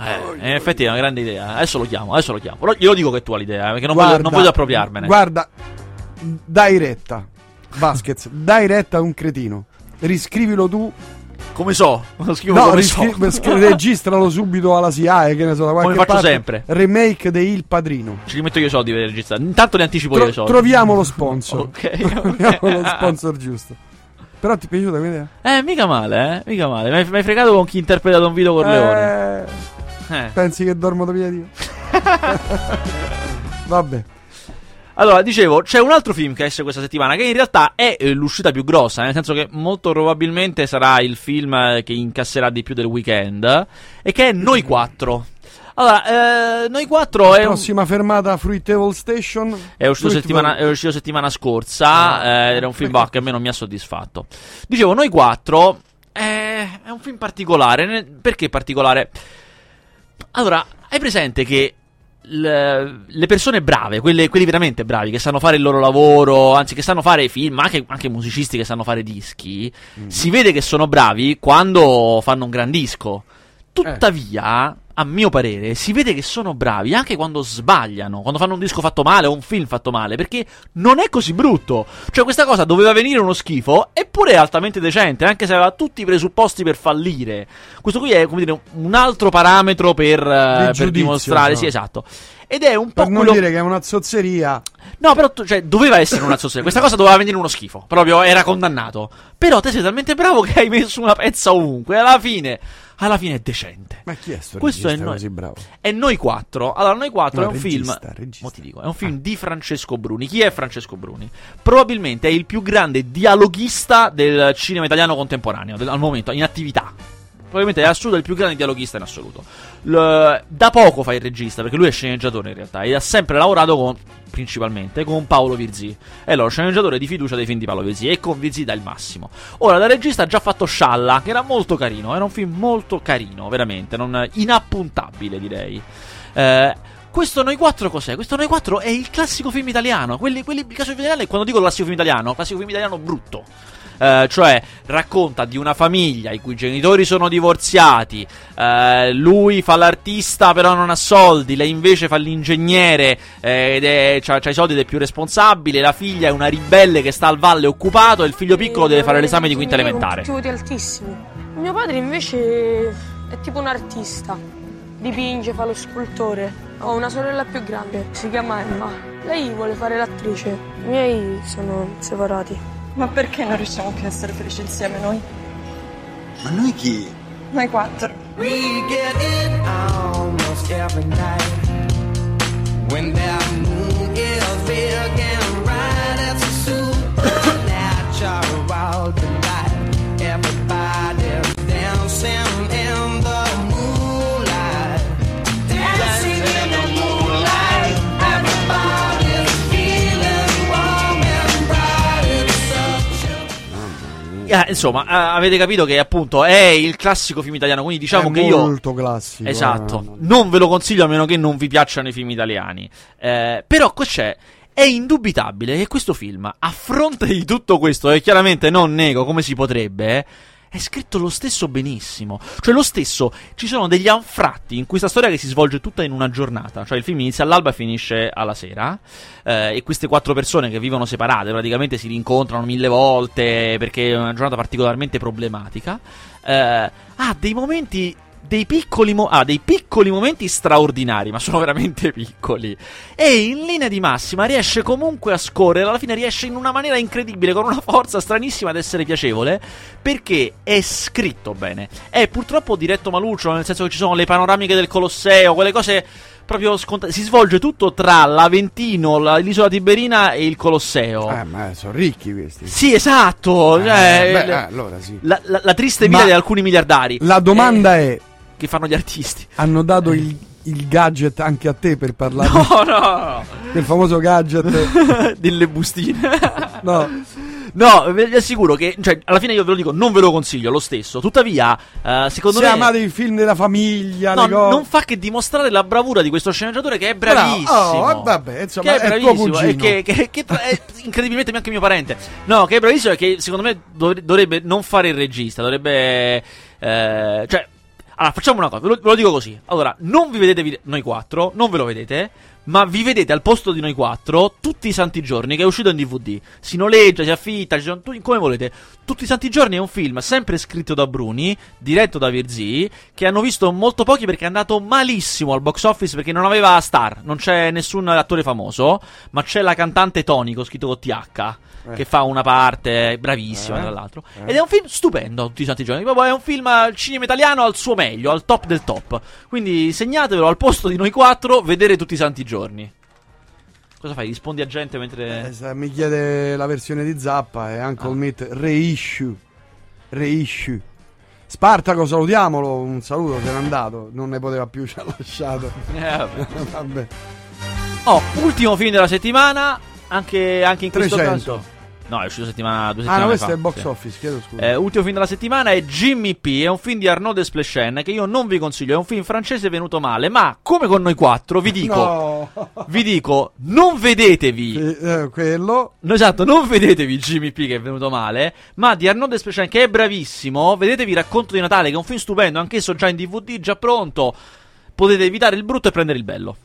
Speaker 2: Eh, in effetti è una grande idea. eh, Adesso lo chiamo, adesso lo chiamo. Però glielo dico che tu hai l'idea, eh, perché non, voglio, non voglio appropriarmene.
Speaker 1: Guarda, dai retta. Vasquez, dai retta a un cretino. Riscrivilo tu.
Speaker 2: Come so? Lo scrivo
Speaker 1: no,
Speaker 2: come
Speaker 1: riscri-
Speaker 2: so.
Speaker 1: scri- registralo subito alla SIAE, eh, che ne so, da qualche
Speaker 2: faccio
Speaker 1: parte.
Speaker 2: sempre.
Speaker 1: Remake di Il Padrino.
Speaker 2: Ci rimetto io i soldi per registrare. Intanto ne anticipo io
Speaker 1: Tro-
Speaker 2: i soldi.
Speaker 1: troviamo lo sponsor.
Speaker 2: Ok, ok.
Speaker 1: troviamo lo sponsor giusto. Però ti è piaciuta quell'idea?
Speaker 2: Eh, mica male, eh. Mica male. Mi hai- mi hai fregato con chi interpreta Don Vito Corleone.
Speaker 1: Eh,
Speaker 2: Eh.
Speaker 1: pensi che dormo da piedi? Vabbè.
Speaker 2: Allora, dicevo, c'è un altro film che esce questa settimana che in realtà è eh, l'uscita più grossa, nel senso che molto probabilmente sarà il film eh, che incasserà di più del weekend eh, e che è Noi 4. Allora, eh, Noi 4 è, un-
Speaker 1: Prossima fermata Fruitable Station.
Speaker 2: è uscito,
Speaker 1: Fruitable-
Speaker 2: settimana, è uscito settimana scorsa, eh, era un film bah, che a me non mi ha soddisfatto. Dicevo, Noi 4 è, è un film particolare, ne- perché particolare? Allora, hai presente che l- le persone brave, quelle- quelli veramente bravi che sanno fare il loro lavoro, anzi che sanno fare film, ma anche, anche musicisti che sanno fare dischi,
Speaker 1: Mm.
Speaker 2: si vede che sono bravi quando fanno un gran disco. Tuttavia, a mio parere, si vede che sono bravi anche quando sbagliano, quando fanno un disco fatto male o un film fatto male, perché non è così brutto. Cioè, questa cosa doveva venire uno schifo, eppure è altamente decente, anche se aveva tutti i presupposti per fallire. Questo qui è, come dire, un altro parametro per, eh, per
Speaker 1: giudizio,
Speaker 2: dimostrare,
Speaker 1: no?
Speaker 2: sì, esatto. Ed è un po'
Speaker 1: Per non
Speaker 2: quello
Speaker 1: dire che è una zozzeria.
Speaker 2: No, però tu- cioè, doveva essere una zozzeria. Questa cosa doveva venire uno schifo. Proprio era condannato. Però te sei talmente bravo che hai messo una pezza ovunque. Alla fine, alla fine è decente.
Speaker 1: Ma chi è sto
Speaker 2: Questo è
Speaker 1: regista
Speaker 2: noi.
Speaker 1: così bravo?
Speaker 2: E noi quattro. Allora, noi quattro
Speaker 1: No,
Speaker 2: è un
Speaker 1: regista,
Speaker 2: film.
Speaker 1: regista.
Speaker 2: Mo ti dico, è un film di Francesco Bruni. Chi è Francesco Bruni? Probabilmente è il più grande dialoghista del cinema italiano contemporaneo, del- al momento, in attività. Probabilmente è assoluto il più grande dialoghista in assoluto. L- da poco fa il regista, perché lui è sceneggiatore in realtà, e ha sempre lavorato con, principalmente con Paolo Virzì. È lo sceneggiatore di fiducia dei film di Paolo Virzì, e con Virzì dà il massimo. Ora, da regista ha già fatto Scialla, che era molto carino, era un film molto carino, veramente, non- inappuntabile direi. Eh, questo Noi 4 cos'è? Questo Noi 4 è il classico film italiano. Quelli, quelli, il classico film italiano, quando dico classico film italiano, classico film italiano brutto. Eh, cioè, racconta di una famiglia i cui genitori sono divorziati. eh, lui fa l'artista, però non ha soldi. Lei invece fa l'ingegnere eh, ed è, c'ha, c'ha i soldi ed è più responsabile. La figlia è una ribelle che sta al valle occupato. E il figlio piccolo deve fare l'esame di quinta elementare.
Speaker 7: voti altissimi. Mio padre invece è tipo un artista. Dipinge, fa lo scultore. Ho una sorella più grande, si chiama Emma. Lei vuole fare l'attrice. I miei sono separati.
Speaker 8: Ma perché non riusciamo più a essere felici insieme noi?
Speaker 5: Ma noi chi?
Speaker 8: Noi quattro.
Speaker 2: Eh, insomma, eh, avete capito che appunto è il classico film italiano. Quindi diciamo
Speaker 1: È
Speaker 2: che io.
Speaker 1: Molto classico.
Speaker 2: Esatto.
Speaker 1: eh, no, no.
Speaker 2: Non ve lo consiglio a meno che non vi piacciono i film italiani. Eh, però co- c'è. È indubitabile che questo film, a fronte di tutto questo, e chiaramente non nego come si potrebbe, eh, è scritto lo stesso benissimo. Cioè, lo stesso, ci sono degli anfratti in questa storia che si svolge tutta in una giornata. Cioè, il film inizia all'alba e finisce alla sera. Eh, e queste quattro persone che vivono separate praticamente si rincontrano mille volte perché è una giornata particolarmente problematica. Eh, ha dei momenti dei piccoli, mo- ah, dei piccoli momenti straordinari, ma sono veramente piccoli. E in linea di massima riesce comunque a scorrere, alla fine riesce in una maniera incredibile, con una forza stranissima ad essere piacevole, perché è scritto bene. È purtroppo diretto maluccio, nel senso che ci sono le panoramiche del Colosseo, quelle cose proprio scontate. Si svolge tutto tra l'Aventino, la- l'isola Tiberina e il Colosseo.
Speaker 1: Eh, ma sono ricchi questi.
Speaker 2: Sì, esatto.
Speaker 1: Eh,
Speaker 2: cioè,
Speaker 1: beh,
Speaker 2: le-
Speaker 1: eh, allora sì.
Speaker 2: la, la- la triste
Speaker 1: Ma
Speaker 2: vita di alcuni miliardari.
Speaker 1: La domanda
Speaker 2: Eh,
Speaker 1: è:
Speaker 2: Che fanno gli artisti.
Speaker 1: hanno dato il, il gadget anche a te per parlare
Speaker 2: No, Oh, no.
Speaker 1: del famoso gadget?
Speaker 2: Delle bustine.
Speaker 1: No,
Speaker 2: no, vi vi assicuro che. Cioè, alla fine io ve lo dico, non ve lo consiglio lo stesso. Tuttavia, eh, secondo
Speaker 1: se
Speaker 2: me.
Speaker 1: amate i film della famiglia,
Speaker 2: No,
Speaker 1: le cose-
Speaker 2: non fa che dimostrare la bravura di questo sceneggiatore che è
Speaker 1: Bravo.
Speaker 2: bravissimo.
Speaker 1: Oh, vabbè, insomma,
Speaker 2: che è,
Speaker 1: è tuo
Speaker 2: bravissimo.
Speaker 1: cugino.
Speaker 2: e che, che- che tra- è incredibilmente anche mio parente. No, che è bravissimo e che secondo me dov- dovrebbe non fare il regista, dovrebbe. eh, cioè. Allora, facciamo una cosa, ve lo, ve lo dico così. Allora, non vi vedete vi- noi quattro, non ve lo vedete, ma vi vedete al posto di noi quattro tutti i santi giorni che è uscito in DVD. Si noleggia, si affitta, ci sono tu- come volete. Tutti i santi giorni è un film sempre scritto da Bruni, diretto da Virzì, che hanno visto molto pochi perché è andato malissimo al box office perché non aveva star, non c'è nessun attore famoso, ma c'è la cantante Tonico, scritto con TH, che fa una parte bravissima
Speaker 1: Eh.
Speaker 2: tra l'altro. Ed è un film stupendo, tutti i santi giorni. Proprio è un film al cinema italiano al suo meglio, al top del top. Quindi segnatevelo al posto di noi quattro, vedere tutti i santi giorni. Cosa fai? Rispondi a gente
Speaker 1: Eh,
Speaker 2: mentre...
Speaker 1: se mi chiede la versione di Zappa e Uncle
Speaker 2: Ah.
Speaker 1: Meat reissue. Reissue. Spartaco, salutiamolo. Un saluto, se n'è andato. Non ne poteva più, ci ha lasciato.
Speaker 2: Eh, vabbè.
Speaker 1: Vabbè.
Speaker 2: Oh, ultimo film della settimana, anche, anche in questo
Speaker 1: 300.
Speaker 2: caso... No, è uscito settimana, due
Speaker 1: Ah,
Speaker 2: settimane
Speaker 1: no, questo
Speaker 2: fa.
Speaker 1: è box
Speaker 2: Sì.
Speaker 1: office, chiedo scusa.
Speaker 2: Eh, ultimo film della settimana è Jimmy P, è un film di Arnaud Desplechin che io non vi consiglio, è un film francese venuto male, ma come con noi quattro vi dico,
Speaker 1: No.
Speaker 2: vi dico, non vedetevi,
Speaker 1: Eh, eh, quello.
Speaker 2: no, esatto, non vedetevi Jimmy P che è venuto male, ma di Arnaud Desplechin che è bravissimo, vedetevi Racconto di Natale che è un film stupendo, anch'esso già in DVD, già pronto, potete evitare il brutto e prendere il bello.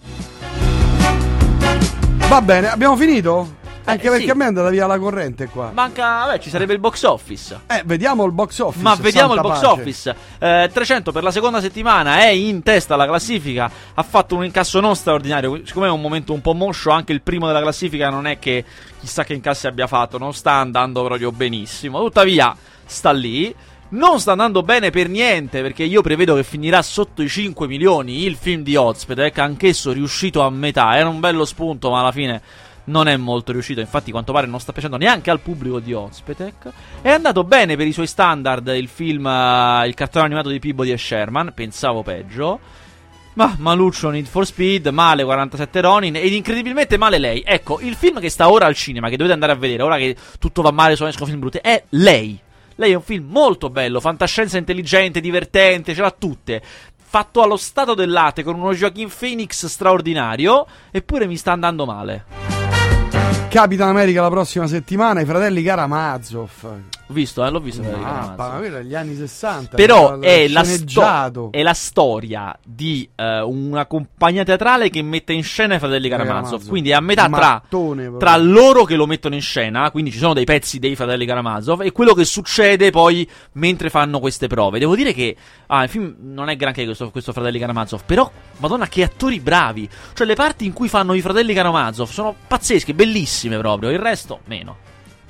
Speaker 1: Va bene, abbiamo finito? Anche
Speaker 2: Eh,
Speaker 1: perché
Speaker 2: sì.
Speaker 1: a me è andata via la corrente qua.
Speaker 2: Manca, vabbè, ci sarebbe il box office.
Speaker 1: Eh, vediamo il box office.
Speaker 2: Ma vediamo il
Speaker 1: santa
Speaker 2: box
Speaker 1: pace.
Speaker 2: office. Eh, 300 per la seconda settimana è in testa alla classifica. Ha fatto un incasso non straordinario. Siccome è un momento un po' moscio, anche il primo della classifica non è che chissà che incassi abbia fatto. Non sta andando proprio benissimo. Tuttavia, sta lì. Non sta andando bene per niente perché io prevedo che finirà sotto i 5 milioni il film di Ozpedek, anch'esso riuscito a metà. Era un bello spunto, ma alla fine non è molto riuscito. Infatti, quanto pare non sta piacendo neanche al pubblico di Ozpetek. È andato bene per i suoi standard il film, eh, il cartone animato di Peabody e Sherman. Pensavo peggio. Ma Maluccio Need for Speed, male 47 Ronin ed incredibilmente male lei. Ecco, il film che sta ora al cinema, che dovete andare a vedere, ora che tutto va male, sono escono film brutti, è lei. Lei è un film molto bello, fantascienza intelligente, divertente, ce l'ha tutte. Fatto allo stato dell'arte con uno Joaquin Phoenix straordinario, eppure mi sta andando male.
Speaker 1: Capitan America la prossima settimana. I fratelli Karamazov.
Speaker 2: Ho visto, eh, l'ho visto. Federico
Speaker 1: Ah,
Speaker 2: Ramazzo.
Speaker 1: ma quello è gli anni 60.
Speaker 2: Però
Speaker 1: il
Speaker 2: è la,
Speaker 1: sceneggiato.
Speaker 2: sto- è la storia di eh, una compagnia teatrale che mette in scena i fratelli Karamazov.
Speaker 1: Karamazov.
Speaker 2: Quindi è a metà tra,
Speaker 1: Eh, Mattone, proprio.
Speaker 2: tra loro che lo mettono in scena, quindi ci sono dei pezzi dei fratelli Karamazov, e quello che succede poi mentre fanno queste prove. Devo dire che ah, il film non è granché questo, questo fratelli Karamazov, però madonna che attori bravi. Cioè le parti in cui fanno i fratelli Karamazov sono pazzesche, bellissime proprio, il resto meno.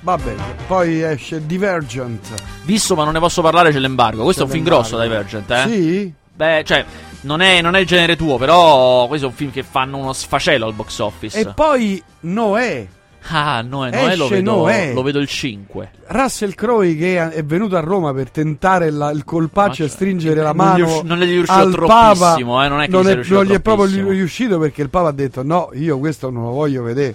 Speaker 1: Va bene. Poi esce Divergent.
Speaker 2: Visto ma non ne posso parlare c'è l'embargo. Questo
Speaker 1: C'è
Speaker 2: è un film
Speaker 1: l'embargo.
Speaker 2: grosso Divergent, eh?
Speaker 1: Sì?
Speaker 2: Beh, cioè, non è, non è il genere tuo, però questo è un film che fanno uno sfacelo al box office.
Speaker 1: E poi Noè.
Speaker 2: ah, Noè, Noè lo
Speaker 1: Esce
Speaker 2: vedo,
Speaker 1: Noè.
Speaker 2: lo vedo il 5.
Speaker 1: Russell Crowe che è è venuto a Roma per tentare la- il colpaccio
Speaker 2: Faccio-
Speaker 1: e stringere la
Speaker 2: cioè, non
Speaker 1: mano
Speaker 2: gli è riusci- non gli è riuscito
Speaker 1: al Papa
Speaker 2: troppissimo, eh, non è che gli sia riuscito
Speaker 1: non gli è proprio
Speaker 2: troppissimo.
Speaker 1: riuscito perché il Papa ha detto no io questo non lo voglio vedere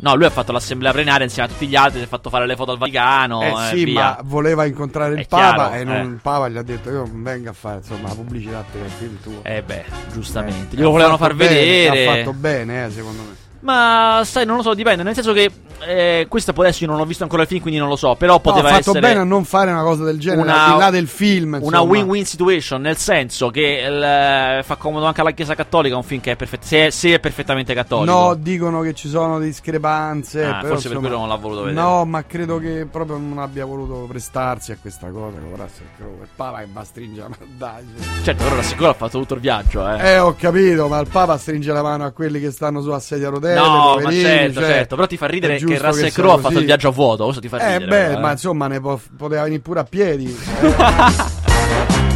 Speaker 2: No, lui ha fatto l'assemblea plenaria insieme a tutti gli altri, si è fatto fare le foto al Vaticano
Speaker 1: eh
Speaker 2: e
Speaker 1: sì
Speaker 2: via.
Speaker 1: ma voleva incontrare il
Speaker 2: È
Speaker 1: Papa
Speaker 2: chiaro,
Speaker 1: e non,
Speaker 2: eh.
Speaker 1: il Papa gli ha detto io non vengo a fare insomma la pubblicità per il film tuo
Speaker 2: Eh beh, giustamente.
Speaker 1: Eh,
Speaker 2: Glielo
Speaker 1: ha
Speaker 2: volevano
Speaker 1: fatto
Speaker 2: far
Speaker 1: bene,
Speaker 2: vedere.
Speaker 1: ha fatto bene eh, secondo me
Speaker 2: Ma sai, non lo so, dipende. Nel senso che eh, questa può adesso io non ho visto ancora il film, quindi non lo so. Però
Speaker 1: No,
Speaker 2: poteva
Speaker 1: ha fatto
Speaker 2: essere.
Speaker 1: bene a non fare una cosa del genere
Speaker 2: una-
Speaker 1: al di là del film
Speaker 2: Una
Speaker 1: insomma.
Speaker 2: win-win situation, nel senso che il- fa comodo anche alla Chiesa Cattolica un film che è perfetto. Se è, se è perfettamente cattolico.
Speaker 1: No, dicono che ci sono discrepanze.
Speaker 2: Ah,
Speaker 1: però,
Speaker 2: forse per
Speaker 1: insomma,
Speaker 2: quello non l'ha voluto vedere.
Speaker 1: No, ma credo che proprio non abbia voluto prestarsi a questa cosa. Con Russell Crowe. Il Papa che va a stringere la mano. Dai, cioè.
Speaker 2: Certo, però sicuro ha fatto tutto il viaggio, eh.
Speaker 1: Eh, ho capito, ma il Papa stringe la mano a quelli che stanno sulla sedia a rotelle.
Speaker 2: no, ma
Speaker 1: poverini,
Speaker 2: certo,
Speaker 1: Eh, cioè,
Speaker 2: certo. Però ti fa
Speaker 1: è
Speaker 2: ridere che
Speaker 1: giusto
Speaker 2: Russell
Speaker 1: sia
Speaker 2: Crowe ha
Speaker 1: così.
Speaker 2: fatto il viaggio a vuoto. Questo ti fa
Speaker 1: Eh,
Speaker 2: ridere.
Speaker 1: beh,
Speaker 2: però, eh.
Speaker 1: ma insomma, ne po- poteva venire pure a piedi.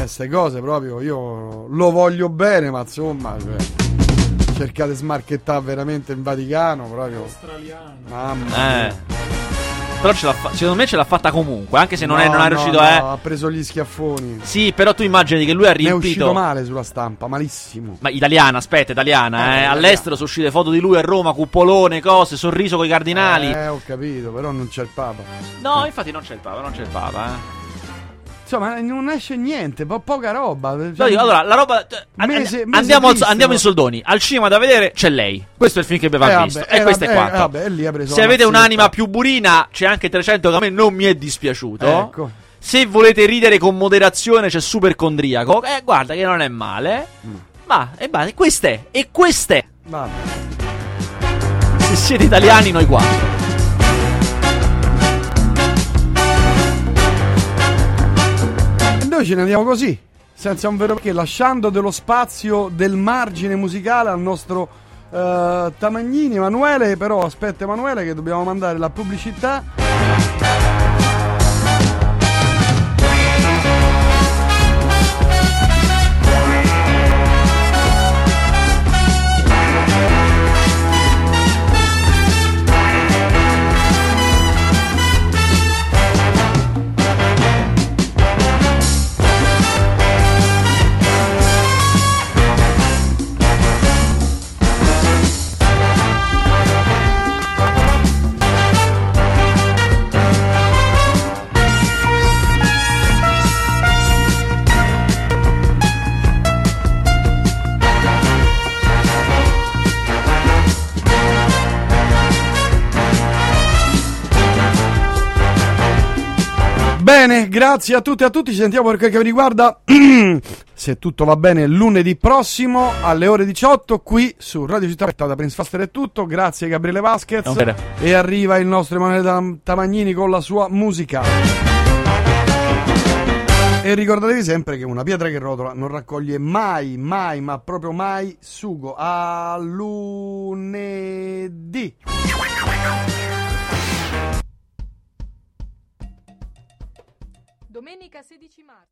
Speaker 1: Queste cose proprio io lo voglio bene, ma insomma, cioè, cercate smarchettare veramente in Vaticano. Proprio mamma, mia.
Speaker 2: Eh. Però ce l'ha fa- secondo me ce l'ha fatta comunque, anche se non, è,
Speaker 1: No,
Speaker 2: non è
Speaker 1: no,
Speaker 2: riuscito,
Speaker 1: no,
Speaker 2: eh.
Speaker 1: Ha preso gli schiaffoni.
Speaker 2: Sì, però tu immagini che lui ha
Speaker 1: Ne è uscito
Speaker 2: riempito.
Speaker 1: male sulla stampa, malissimo.
Speaker 2: Ma italiana, aspetta, italiana, eh.
Speaker 1: italiana.
Speaker 2: All'estero sono uscite foto di lui a Roma, cupolone, cose, sorriso coi cardinali.
Speaker 1: Eh, ho capito, però non c'è il Papa.
Speaker 2: No, infatti non c'è il Papa, non c'è il Papa, eh.
Speaker 1: Insomma, non esce niente, po- poca roba. Cioè,
Speaker 2: No, dico, allora, la roba. eh, an-
Speaker 1: Mese- mese
Speaker 2: andiamo, al-
Speaker 1: triste,
Speaker 2: andiamo in
Speaker 1: no?
Speaker 2: soldoni. Al cinema da vedere c'è lei. Questo è il film che
Speaker 1: Eh,
Speaker 2: aveva
Speaker 1: vabbè,
Speaker 2: visto.
Speaker 1: eh,
Speaker 2: e questo
Speaker 1: vabbè,
Speaker 2: è quanto.
Speaker 1: eh, vabbè, e lì ha preso
Speaker 2: Se
Speaker 1: la
Speaker 2: avete
Speaker 1: mazzetta.
Speaker 2: un'anima più burina, c'è anche 300 che a me non mi è dispiaciuto.
Speaker 1: Ecco.
Speaker 2: Se volete ridere con moderazione, c'è Super Condriaco. Eh, guarda che non è male.
Speaker 1: Mm.
Speaker 2: Ma, e basta, questa è. E questa è.
Speaker 1: Vabbè.
Speaker 2: Se siete italiani, noi quattro.
Speaker 1: E Noi ce ne andiamo così, senza un vero perché, lasciando dello spazio, del margine musicale al nostro eh, Tamagnini Emanuele. Però aspetta Emanuele che dobbiamo mandare la pubblicità. Bene, grazie a tutti e a tutti. Ci sentiamo per quel che vi riguarda. se tutto va bene, lunedì prossimo alle ore 18 qui su Radio Città Aperta da Prince Faster è tutto. Grazie Gabriele Vasquez.
Speaker 2: È un piacere.
Speaker 1: E arriva il nostro Emanuele Tam- Tamagnini con la sua musica. E ricordatevi sempre che una pietra che rotola non raccoglie mai, mai, ma proprio mai sugo. A lunedì.
Speaker 9: Domenica 16 marzo.